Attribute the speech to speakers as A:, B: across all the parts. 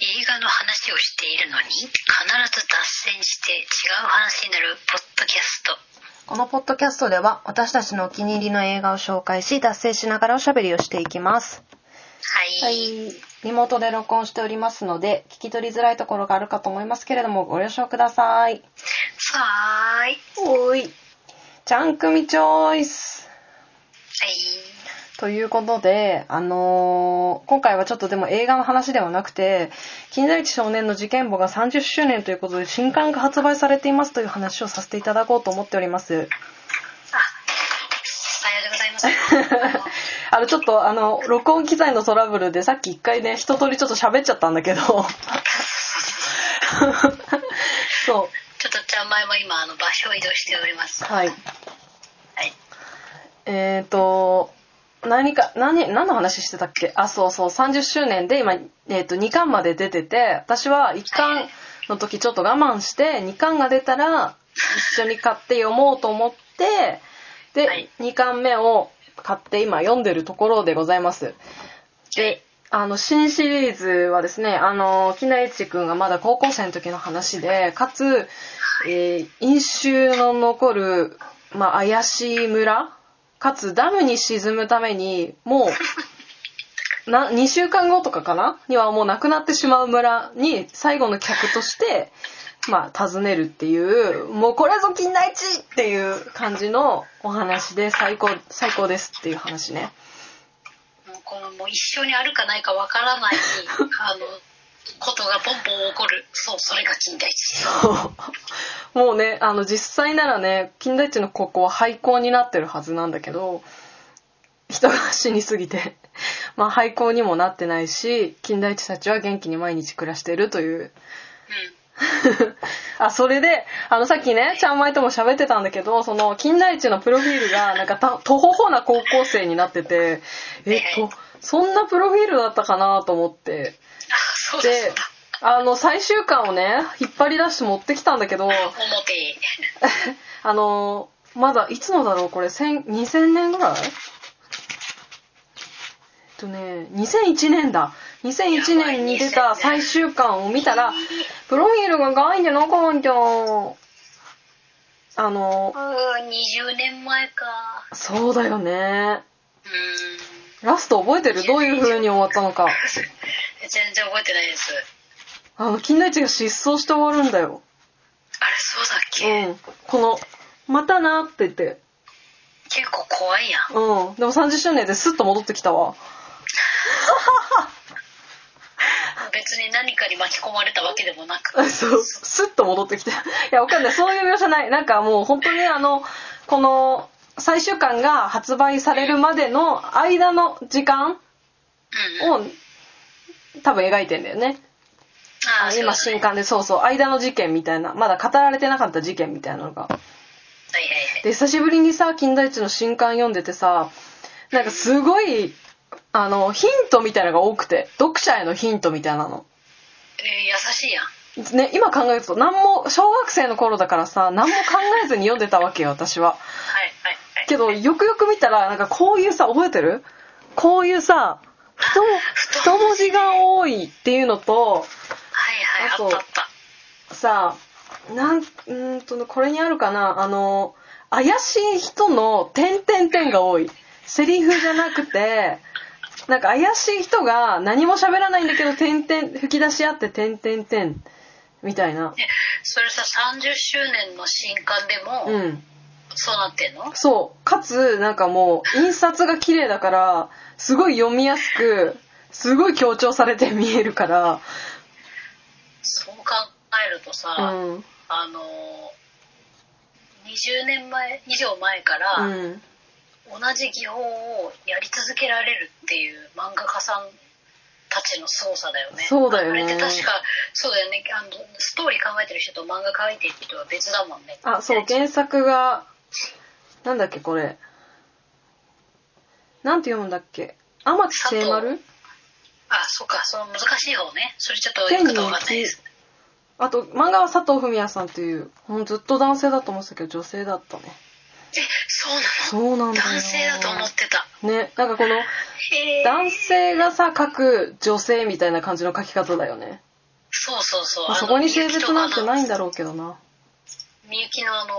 A: 通の話をしているのに必ず脱線して違う話になるポッドキャスト
B: このポッドキャストでは私たちのお気に入りの映画を紹介し脱線しながらおしゃべりをしていきます
A: はい、
B: リモートで録音しておりますので聞き取りづらいところがあるかと思いますけれどもご了承ください
A: さーい
B: おいちゃんくみチョイス
A: はい
B: ということで、あのー今回はちょっとでも映画の話ではなくて、金田一少年の事件簿が30周年ということで、新刊が発売されていますという話をさせていただこうと思っております。
A: あさようでございますあの
B: あの、ちょっと、あの、録音機材のトラブルで、さっき一回ね、一通りちょっと喋っちゃったんだけど、
A: ち
B: そ
A: ょっとじゃあ前も今あの場所を移動しております
B: う、
A: は
B: はい。
A: い
B: えーと、何か、何、何の話してたっけあ、そうそう、30周年で今、えーと、2巻まで出てて、私は1巻の時ちょっと我慢して、2巻が出たら、一緒に買って読もうと思って、で、
A: はい
B: 2巻目を買って今読んでるところでございます。で、あの、新シリーズはですね、あの、木内一くんがまだ高校生の時の話で、かつ、えー飲酒の残る、まあ、怪しい村かつダムに沈むためにもうな2週間後とかかなにはもうなくなってしまう村に最後の客として、まあ、訪ねるっていうもうこれぞ金田一っていう感じのお話で最高最高ですっていう話ね
A: もうこのもう一生にあるかないかわからないあのことがポンポン起こるそうそれが金田一
B: もうねあの実際ならね金田一の高校は廃校になってるはずなんだけど人が死にすぎて まあ廃校にもなってないし金田一たちは元気に毎日暮らしてるという
A: うん
B: あ、それで、あの、さっきね、ちゃんまいとも喋ってたんだけど、その、金田一のプロフィールが、なんか、た、とほほな高校生になってて、えっと、そんなプロフィールだったかなと思って。
A: あそうです
B: で、あの、最終巻をね、引っ張り出して持ってきたんだけど、
A: 表
B: あの、まだ、いつのだろう、これ、千2000年ぐらいえっとね、2001年だ2001年に出た最終巻を見たらプロフィールがガイじゃなかったあの
A: うん20年前か
B: そうだよね
A: うん
B: ラスト覚えてるどういう風に終わったのか
A: 全然覚えてないです
B: あの金田一が失踪して終わるんだよ
A: あれそうだっけ、
B: うんこの「またな」って言って
A: 結構怖いやん
B: うん。でも30周年でスッと戻ってきたわ。
A: 別に何かに巻き込まれたわけでもなく
B: あそう、スッと戻ってきて。いや、わかんない。そういう描写ない。なんかもう本当にあの、この最終巻が発売されるまでの間の時間
A: うんうん
B: を多分描いてんだよね。
A: あ
B: あ今
A: そうだね
B: 新刊でそうそう、間の事件みたいな、まだ語られてなかった事件みたいなのが。
A: はいはいはい
B: で、久しぶりにさ、金田一の新刊読んでてさ、なんかすごい、あの、ヒントみたいなのが多くて、読者へのヒントみたいなの。
A: えー優しいやん
B: ね、今考えると何も小学生の頃だからさ何も考えずに読んでたわけよ私は
A: はいはいはい
B: けどよくよく見たらなんかこういうさ覚えてるこういうさ太太文字が多いっていうのと
A: はい
B: あ
A: は
B: と
A: いあったあった
B: さなんうーんとねこれにあるかなあの怪しい人の点々点が多いセリフじゃなくてなんか怪しい人が何も喋らないんだけど点々吹き出し合って点々点みたいな
A: ねそれさ30周年の新刊でも、
B: うん
A: そうなってんの
B: そう。かつ、なんかもう、印刷が綺麗だから、すごい読みやすく、すごい強調されて見えるから、
A: そう考えるとさ、
B: うん。
A: あのー20年前以上前から、
B: うん。
A: 同じ技法をやり続けられるっていう漫画家さんたちの凄さだよね
B: そうだよね
A: あれって確かそうだよねあのストーリー考えてる人と漫画描いてる人は別だもんね
B: あ、そう、
A: 原
B: 原作が、なんだっけ、これ。なんて読むんだっけ天木聖丸
A: あそっかその難しい方ねそれちょっと
B: 天
A: 言い
B: に
A: 方わかんない
B: 生
A: で
B: き
A: す。
B: あと、漫画は佐藤文也さんっていう、もうずっと男性だと思ってたけど、女性だったね。
A: えそうなの
B: そうなんだよ。
A: 男性だと思ってた
B: ね、なんかこの、
A: へえ
B: 男性がさ、書く女性みたいな感じの書き方だよね。
A: そうそうそう。
B: まあそこに性
A: 性
B: 別なんてないんだろうけどな。
A: みゆきのあの、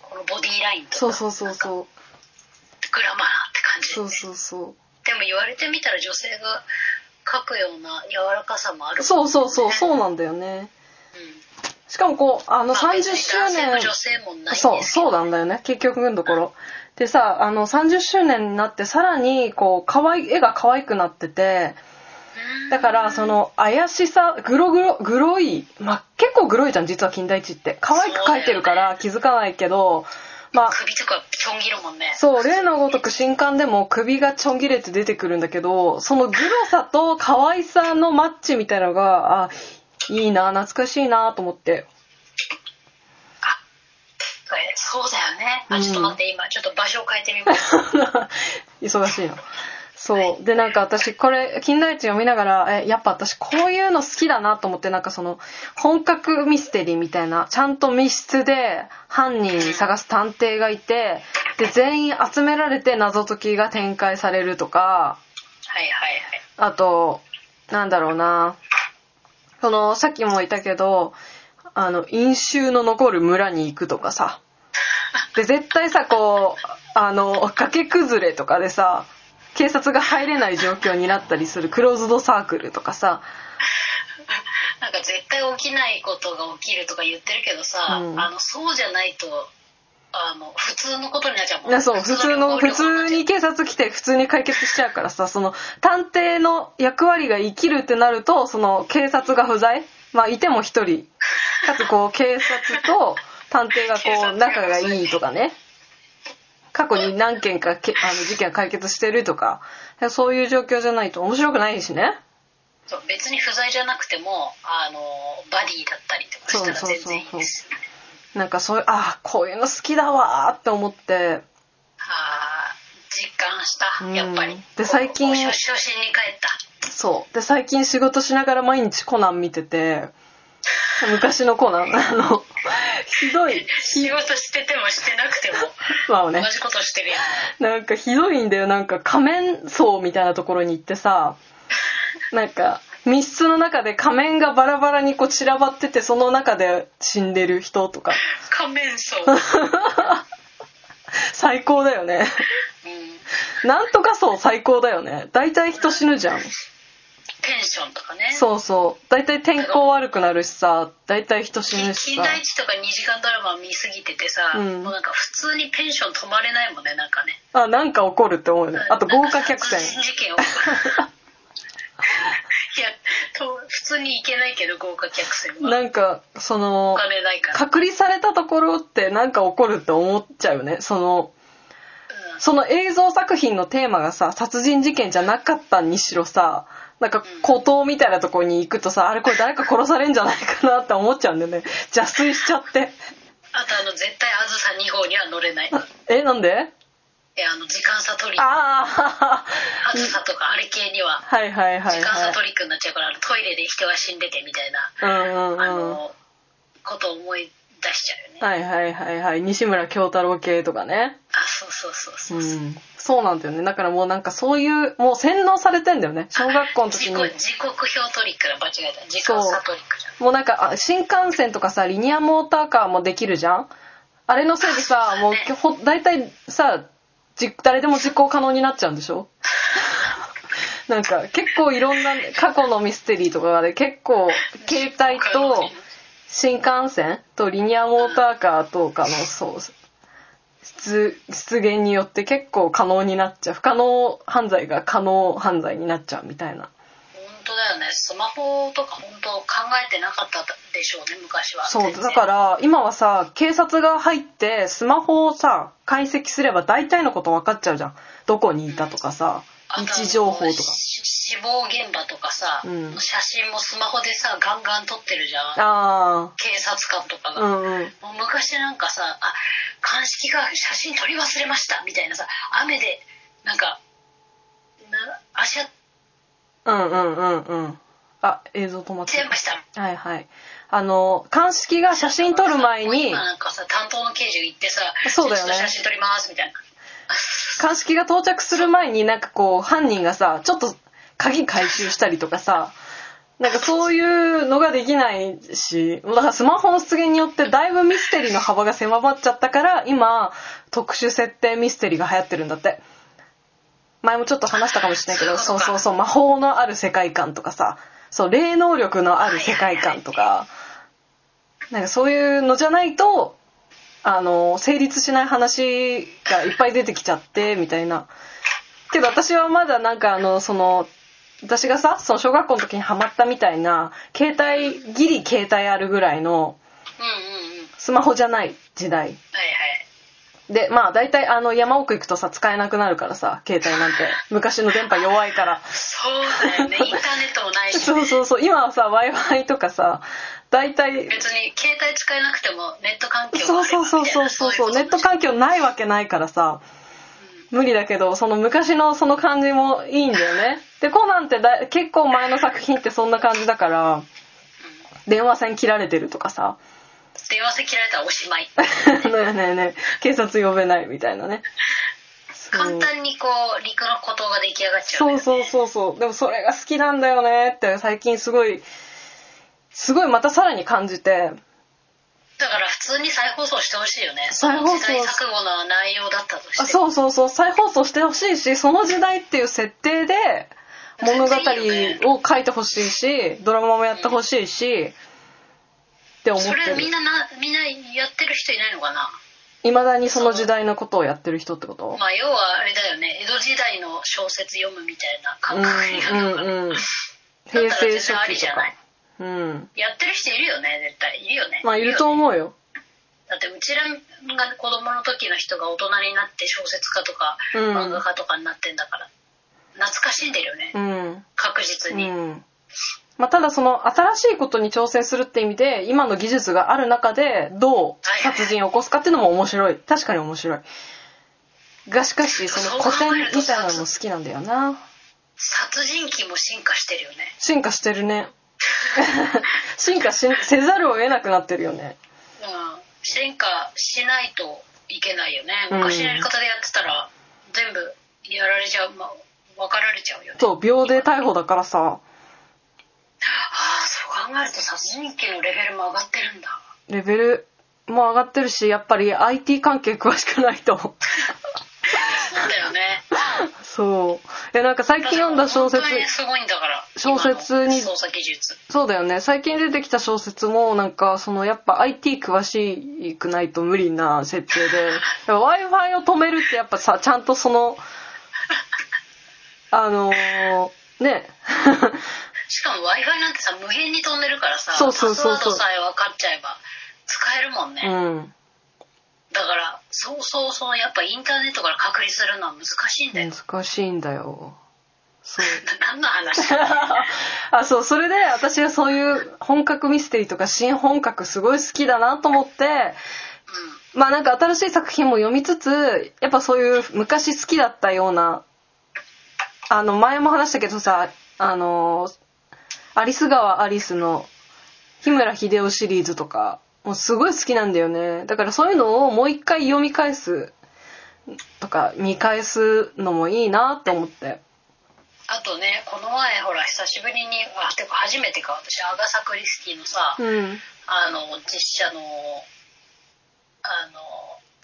A: このボディラインとか、
B: そうそうそうそう。
A: グラマーって感じ。
B: そうそうそ
A: でも言われてみたら女性が描くような柔らかさもあ
B: う。
A: る
B: そうそうそう、
A: う。
B: そうなんだよね。
A: うん
B: しかもこう、あ
A: ま
B: の
A: あ
B: 30
A: 別に
B: 周
A: 男性も
B: 年、
A: 女性もないんですけど
B: そう、そうなんだよね、結局のところ。でさ、あの30周年になってさらに、こう、可愛い、絵が可愛くなってて、
A: うん
B: だから、その、怪しさ、グログロ、グロい、まあ、結構グロいじゃん、実は金田一って。可愛く描いてるから気づかないけど、まあ、
A: 首とかちょん切るもんね。
B: そう、例のごとく新刊でも首がちょん切れて出てくるんだけど、そのグロさと可愛さのマッチみたいなのが、あ、いいな、懐かしいなと思って。
A: えそうだよね。
B: う
A: あ、
B: ん
A: ちょっと待って、今、ちょっと場所を変えてみます。
B: 忙しいな。そう。で、なんか私、これ、金田一読みながら、え、やっぱ私、こういうの好きだなと思って、なんかその、本格ミステリーみたいな、ちゃんと密室で犯人探す探偵がいて、で、全員集められて謎解きが展開されるとか、
A: はいはいはい。
B: あと、なんだろうな。その、さっきも言ったけど、あの、飲酒の残る村に行くとかさ。で、絶対さ、こう、あの、崖崩れとかでさ、警察が入れない状況になったりするクローズドサークルとかさ。
A: なんか絶対起きないことが起きるとか言ってるけどさ、
B: うん
A: あのそうじゃないとあの普通のことになっちゃうもん
B: なそう、普通の、普通に警察来て普通に解決しちゃうからさ、その、探偵の役割が生きるってなると、その、警察が不在まあ、いても一人。かつ、こう、警察と探偵が
A: 警
B: こう、
A: 察が
B: 仲がいいとかね。過去に何件かけ、あの、事件解決してるとか、そういう状況じゃないと面白くないしね。
A: そう別に不在じゃなくてもあのバディだったりとかしたら
B: そうそう
A: 全
B: そうそう
A: 然いいです
B: なんかそういう、ああ、こういうの好きだわーって思って、
A: ああ実感した
B: うん
A: やっぱり、
B: で最近
A: こう初初心に帰った
B: そう。で、最近仕事しながら毎日コナン見てて、昔のコナン、あの、ひどい、
A: 仕事しててもしてなくても
B: まあ
A: 同
B: ね、
A: じことしてるやん
B: なんかひどいんだよ。なんか仮面層みたいなところに行ってさ、なんか密室の中で仮面がバラバラにこう散らばってて、その中で死んでる人とか、
A: 仮面層、 うん、
B: 最高だよね。なんとか層最高だよね。大体人死ぬじゃん。
A: テンションとかね
B: そうそう。大体天候悪くなるしさ、大体人死
A: 金
B: ぬしさ
A: 田。一とか2時間ドラマ見すぎててさ、
B: うん
A: もうなんか普通にペンション止まれないもんねなんかね
B: あ、なんか起こるって思うよね。あと豪華客
A: 殺
B: 船。
A: 人事件 をいやと普通に行けないけど豪華客船は
B: なんか、その
A: お、金ないから、
B: 隔離されたところってなんか起こるって思っちゃうよね。その、その映像作品のテーマがさ、殺人事件じゃなかったにしろさ、なんか孤島みたいなとこに行くとさ、あれこれ誰か殺されんじゃないかなって思っちゃうんだよね。邪推しちゃって。
A: うん、あとあの絶対あずさ2号には乗れない
B: え、なんで
A: えあの時間差取りあ
B: ああ、
A: ずさとかあれ系には
B: はいはいは
A: 時
B: い
A: 間
B: は
A: 差ト
B: い。
A: リックになっちゃうから、あのトイレで人が死んでてみたいな、
B: うん
A: あ
B: うんうん。
A: のことを思い出しちゃうよね、
B: はいはいはいはい。西村京太郎系とかね。
A: あそうそうそうそううそう、
B: ん、そうなんだよねだからもうなんかそういうもう洗脳されてんだよね小学校の時に
A: 時刻時刻表トリックだ間違えた時間差トリックじゃん
B: もうなんかあ新幹線とかさリニアモーターカーもできるじゃんあれのせいでさもうほ大体さじ誰でも実行可能になっちゃうんでしょなんか結構いろんな過去のミステリーとかで結構携帯と新幹線とリニアモーターカーとかのそう出出現によって結構可能になっちゃう不可能犯罪が可能犯罪になっちゃうみたいな
A: 本当だよねスマホとか本当考えてなかったでしょうね昔は
B: そうだから今はさ警察が入ってスマホをさ解析すれば大体のこと分かっちゃうじゃんどこにいたとかさ
A: あと
B: 位
A: あの
B: 置情報とか
A: し死亡現場とかさ、
B: うん
A: 写真もスマホでさガンガン撮ってるじゃん
B: あ
A: 警察官とか
B: あ
A: が、
B: うんう
A: も
B: ん
A: う昔なんかさあ鑑識が写真撮り忘れましたみたいなさ雨でなんかな足やっ
B: うんうんうんうんあ映像止まってて
A: ました
B: はいはいあの鑑識が写真撮る前
A: もう
B: に
A: 今なんかさ担当の刑事が行ってさ
B: そうだよ
A: ち
B: ね
A: ょっと写真撮りますみたいな
B: 鑑識が到着する前になんかこう犯人がさちょっと鍵回収したりとかさなんかそういうのができないし、だからスマホの出現によってだいぶミステリーの幅が狭まっちゃったから、今、特殊設定ミステリーが流行ってるんだって。前もちょっと話したかもしれないけど、
A: そ
B: そうう
A: か
B: そうそう、魔法のある世界観とかさ、そう、霊能力のある世界観とか、なんかそういうのじゃないと、あの、成立しない話がいっぱい出てきちゃって、みたいな。けど私はまだなんかあの、その、私がさ、その小学校の時にハマったみたいな、携帯、ギリ携帯あるぐらいの、
A: うんうんうん。
B: スマホじゃない時代。
A: はいはい。
B: で、まあ大体あの山奥行くとさ、使えなくなるからさ、携帯なんて。昔の電波弱いから。
A: そうだ よね。インターネットもないし、
B: そうそうそう、今はさ、Wi-Fi とかさ、大体、
A: 別に携帯使えなくてもネット環境が
B: そ
A: あ
B: う
A: れば
B: そうそう
A: みたい
B: そう
A: な
B: そう
A: い
B: そう、
A: こ
B: ネ
A: と
B: ット環境ないわけないからさ、無理だけど、その昔のその感じもいいんだよね。で、コナンってだ結構前の作品ってそんな感じだから、電話線切られてるとかさ、
A: 電話せ切られたらおしまい。
B: ねえねえねえ警察呼べないみたいなね。そう
A: 簡単にこう、陸の孤島が出来上がっちゃう、
B: そう
A: ね。う。
B: そうそうそう。でもそれが好きなんだよねって最近すごい、すごいまたさらに感じて、
A: だから普通に再放送してほしいよね。
B: 再放送
A: その時代錯誤の内容だったとして。
B: あそうそうそう、再放送してほしいし、その時代っていう設定で物語を書いてほしいし、ドラマもやってほしいし、って思っ
A: そ
B: て
A: れみん
B: る。
A: なな、みんなやってる人いないのかな
B: 未だにその時代のことをやってる人ってこと、
A: まあ要はあれだよね。江戸時代の小説読むみたいな感覚になるのか
B: う
A: な。
B: んうんうん。
A: だった
B: 平
A: ら
B: 成
A: 全然あ
B: 初
A: り
B: 期
A: じ
B: と
A: ゃない
B: か。うん。
A: やってる人いるよね、絶対。いるよね。
B: まあいると
A: よね
B: 思うよ。
A: だってうちらが子供の時の人が大人になって小説家とか
B: うん
A: 漫画家とかになってんだから。懐かしんでるよね。
B: うん。
A: 確実に。
B: うんまあ、ただその新しいことに挑戦するって意味で今の技術がある中でどう殺人を起こすかっていうのも面白い確かに面白いがしかしその古典みたいなのも好きなんだよな
A: 殺人鬼も進化してるよね。
B: 進化してるね 進化しせざるを得なくなってるよね
A: うん、進化しないといけないよね
B: うん
A: 昔のやり方でやってたら全部やられちゃう、まあ、分かられちゃうよね
B: そう秒で逮捕だからさ
A: ああそう考えると殺人鬼のレベルも上がってるんだ
B: レベルも上がってるしやっぱり IT 関係詳しくないと
A: そうだよね
B: そうえなんか 最近読んだ小説
A: 本当にねすごいんだから
B: 小説に
A: 今の操作技術
B: そうだよね最近出てきた小説もなんかそのやっぱ IT 詳しくないと無理な設定で w i f i を止めるってやっぱさちゃんとそのあのーね
A: しかも w i f i なんてさ無限に飛んでるからさ
B: そうそうそうそ
A: パスワー
B: う
A: ドさえ分かっちゃえば使えるもんね、
B: うん
A: だからそうそうそうやっぱインターネットから隔離するのは難しいんだよ、
B: 難しいんだよそう
A: 何の話
B: あそうそれで私はそういう本格ミステリーとか新本格すごい好きだなと思って
A: うん
B: まあなんか新しい作品も読みつつやっぱそういう昔好きだったようなあの前も話したけどさあのアリス川アリスの日村秀夫シリーズとかもうすごい好きなんだよねだからそういうのをもう一回読み返すとか見返すのもいいなって思って
A: あとねこの前ほら久しぶりにあてか初めてか私アガサ・クリスティのさ、
B: うん
A: あの実写のあの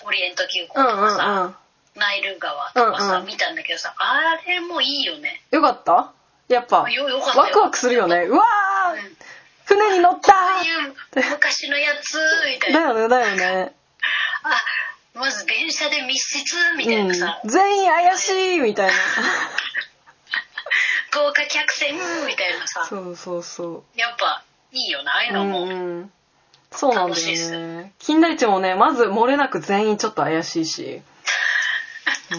A: オリエント急行と
B: うんうんう
A: かさ、
B: ん
A: ナイル川とかさ、
B: うんうん
A: 見たんだけどさあれもいいよね
B: よかったやっぱ
A: よよかったよ
B: ワクワクするよねうわ
A: うん
B: ー船に乗った
A: ああいう昔のやつみたい
B: だ
A: な
B: よねだよね
A: あまず電車で密室みたいなさ、
B: うん、全員怪しいみたいな
A: 豪華客船みたいなさ
B: そうそうそ
A: やっぱいいよなああいう
B: う、
A: のも、
B: うん、そうなん
A: 楽
B: だ
A: しいっ
B: よ
A: す
B: ね金田一もねまず漏れなく全員ちょっと怪し いし、う
A: あ
B: ん、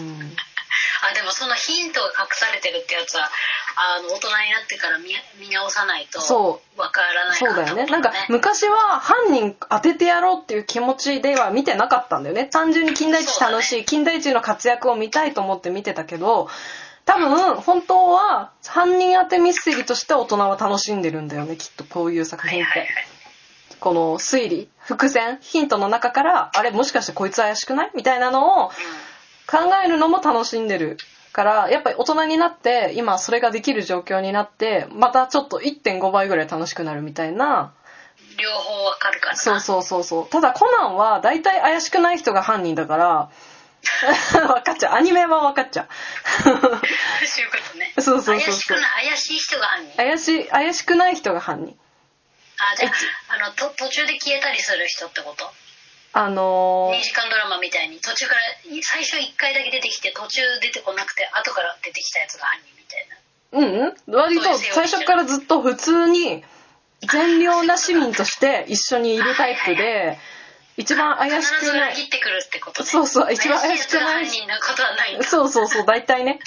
A: でもそのヒントが隠されてるってやつはあの大人になってから見見直さないと
B: そ
A: わからない
B: そうだよねなんか
A: 無
B: 昔は犯人当ててやろうっていう気持ちでは見てなかったんだよね単純に金田一楽しい、金田一の活躍を見たいと思って見てたけど多分本当は犯人当てミステリーとして大人は楽しんでるんだよねきっとこういう作
A: はい
B: 品って。
A: はいはい
B: この推理伏線ヒントの中からあれもしかしてこいつ怪しくないみたいなのを考えるのも楽しんでるからやっぱり大人になって今それができる状況になってまたちょっと1.5倍ぐらい楽しくなるみたいな
A: 両方わかるからな
B: そうそうそうそうただコナンは大体怪しくない人が犯人だから 分かっちゃうアニメは分かっちゃ
A: そういうことね
B: うそうそうそ
A: 怪
B: う
A: しく
B: そう
A: ない怪しい人が犯人
B: 怪しい怪しくない人が犯人
A: あじゃああのと途中で消えたりする人ってこと
B: あの
A: 2
B: ー
A: 時間ドラマみたいに途中から最初1回だけ出てきて途中出てこなくて後から出てきたやつが犯人みたいな
B: うんうん割と最初からずっと普通に善良な市民として一緒にいるタイプで一番怪し
A: 必ず
B: くな
A: 裏
B: い
A: 切ってくるってことね
B: そうそう一番怪しくない
A: 怪しいやつが犯人なことはないんだ
B: そうそうそう大体 ね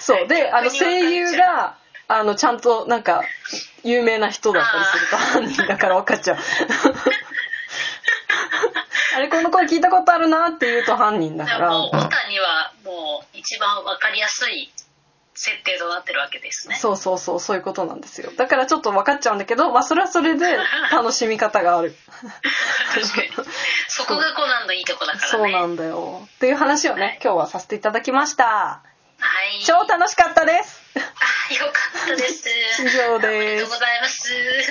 B: そうであの声優があのちゃんとなんか有名な人だったりす ると犯人だから分かっちゃう あれこの声聞いたことあるなって言うと犯人だ
A: だか
B: から
A: もうオ
B: ら
A: タにはもう一番わかりやすい設定となってるわけですね
B: そうそうそうそういうことなんですよだからちょっと分かっちゃうんだけどまあそれはそれで楽しみ方がある
A: 確かにそこがコナンのいいとこだからね
B: そうなんだよっていう話をね今日はさせていただきました
A: はい
B: 超楽しかったです
A: あよかったです
B: 以上
A: お
B: です
A: めでとうございます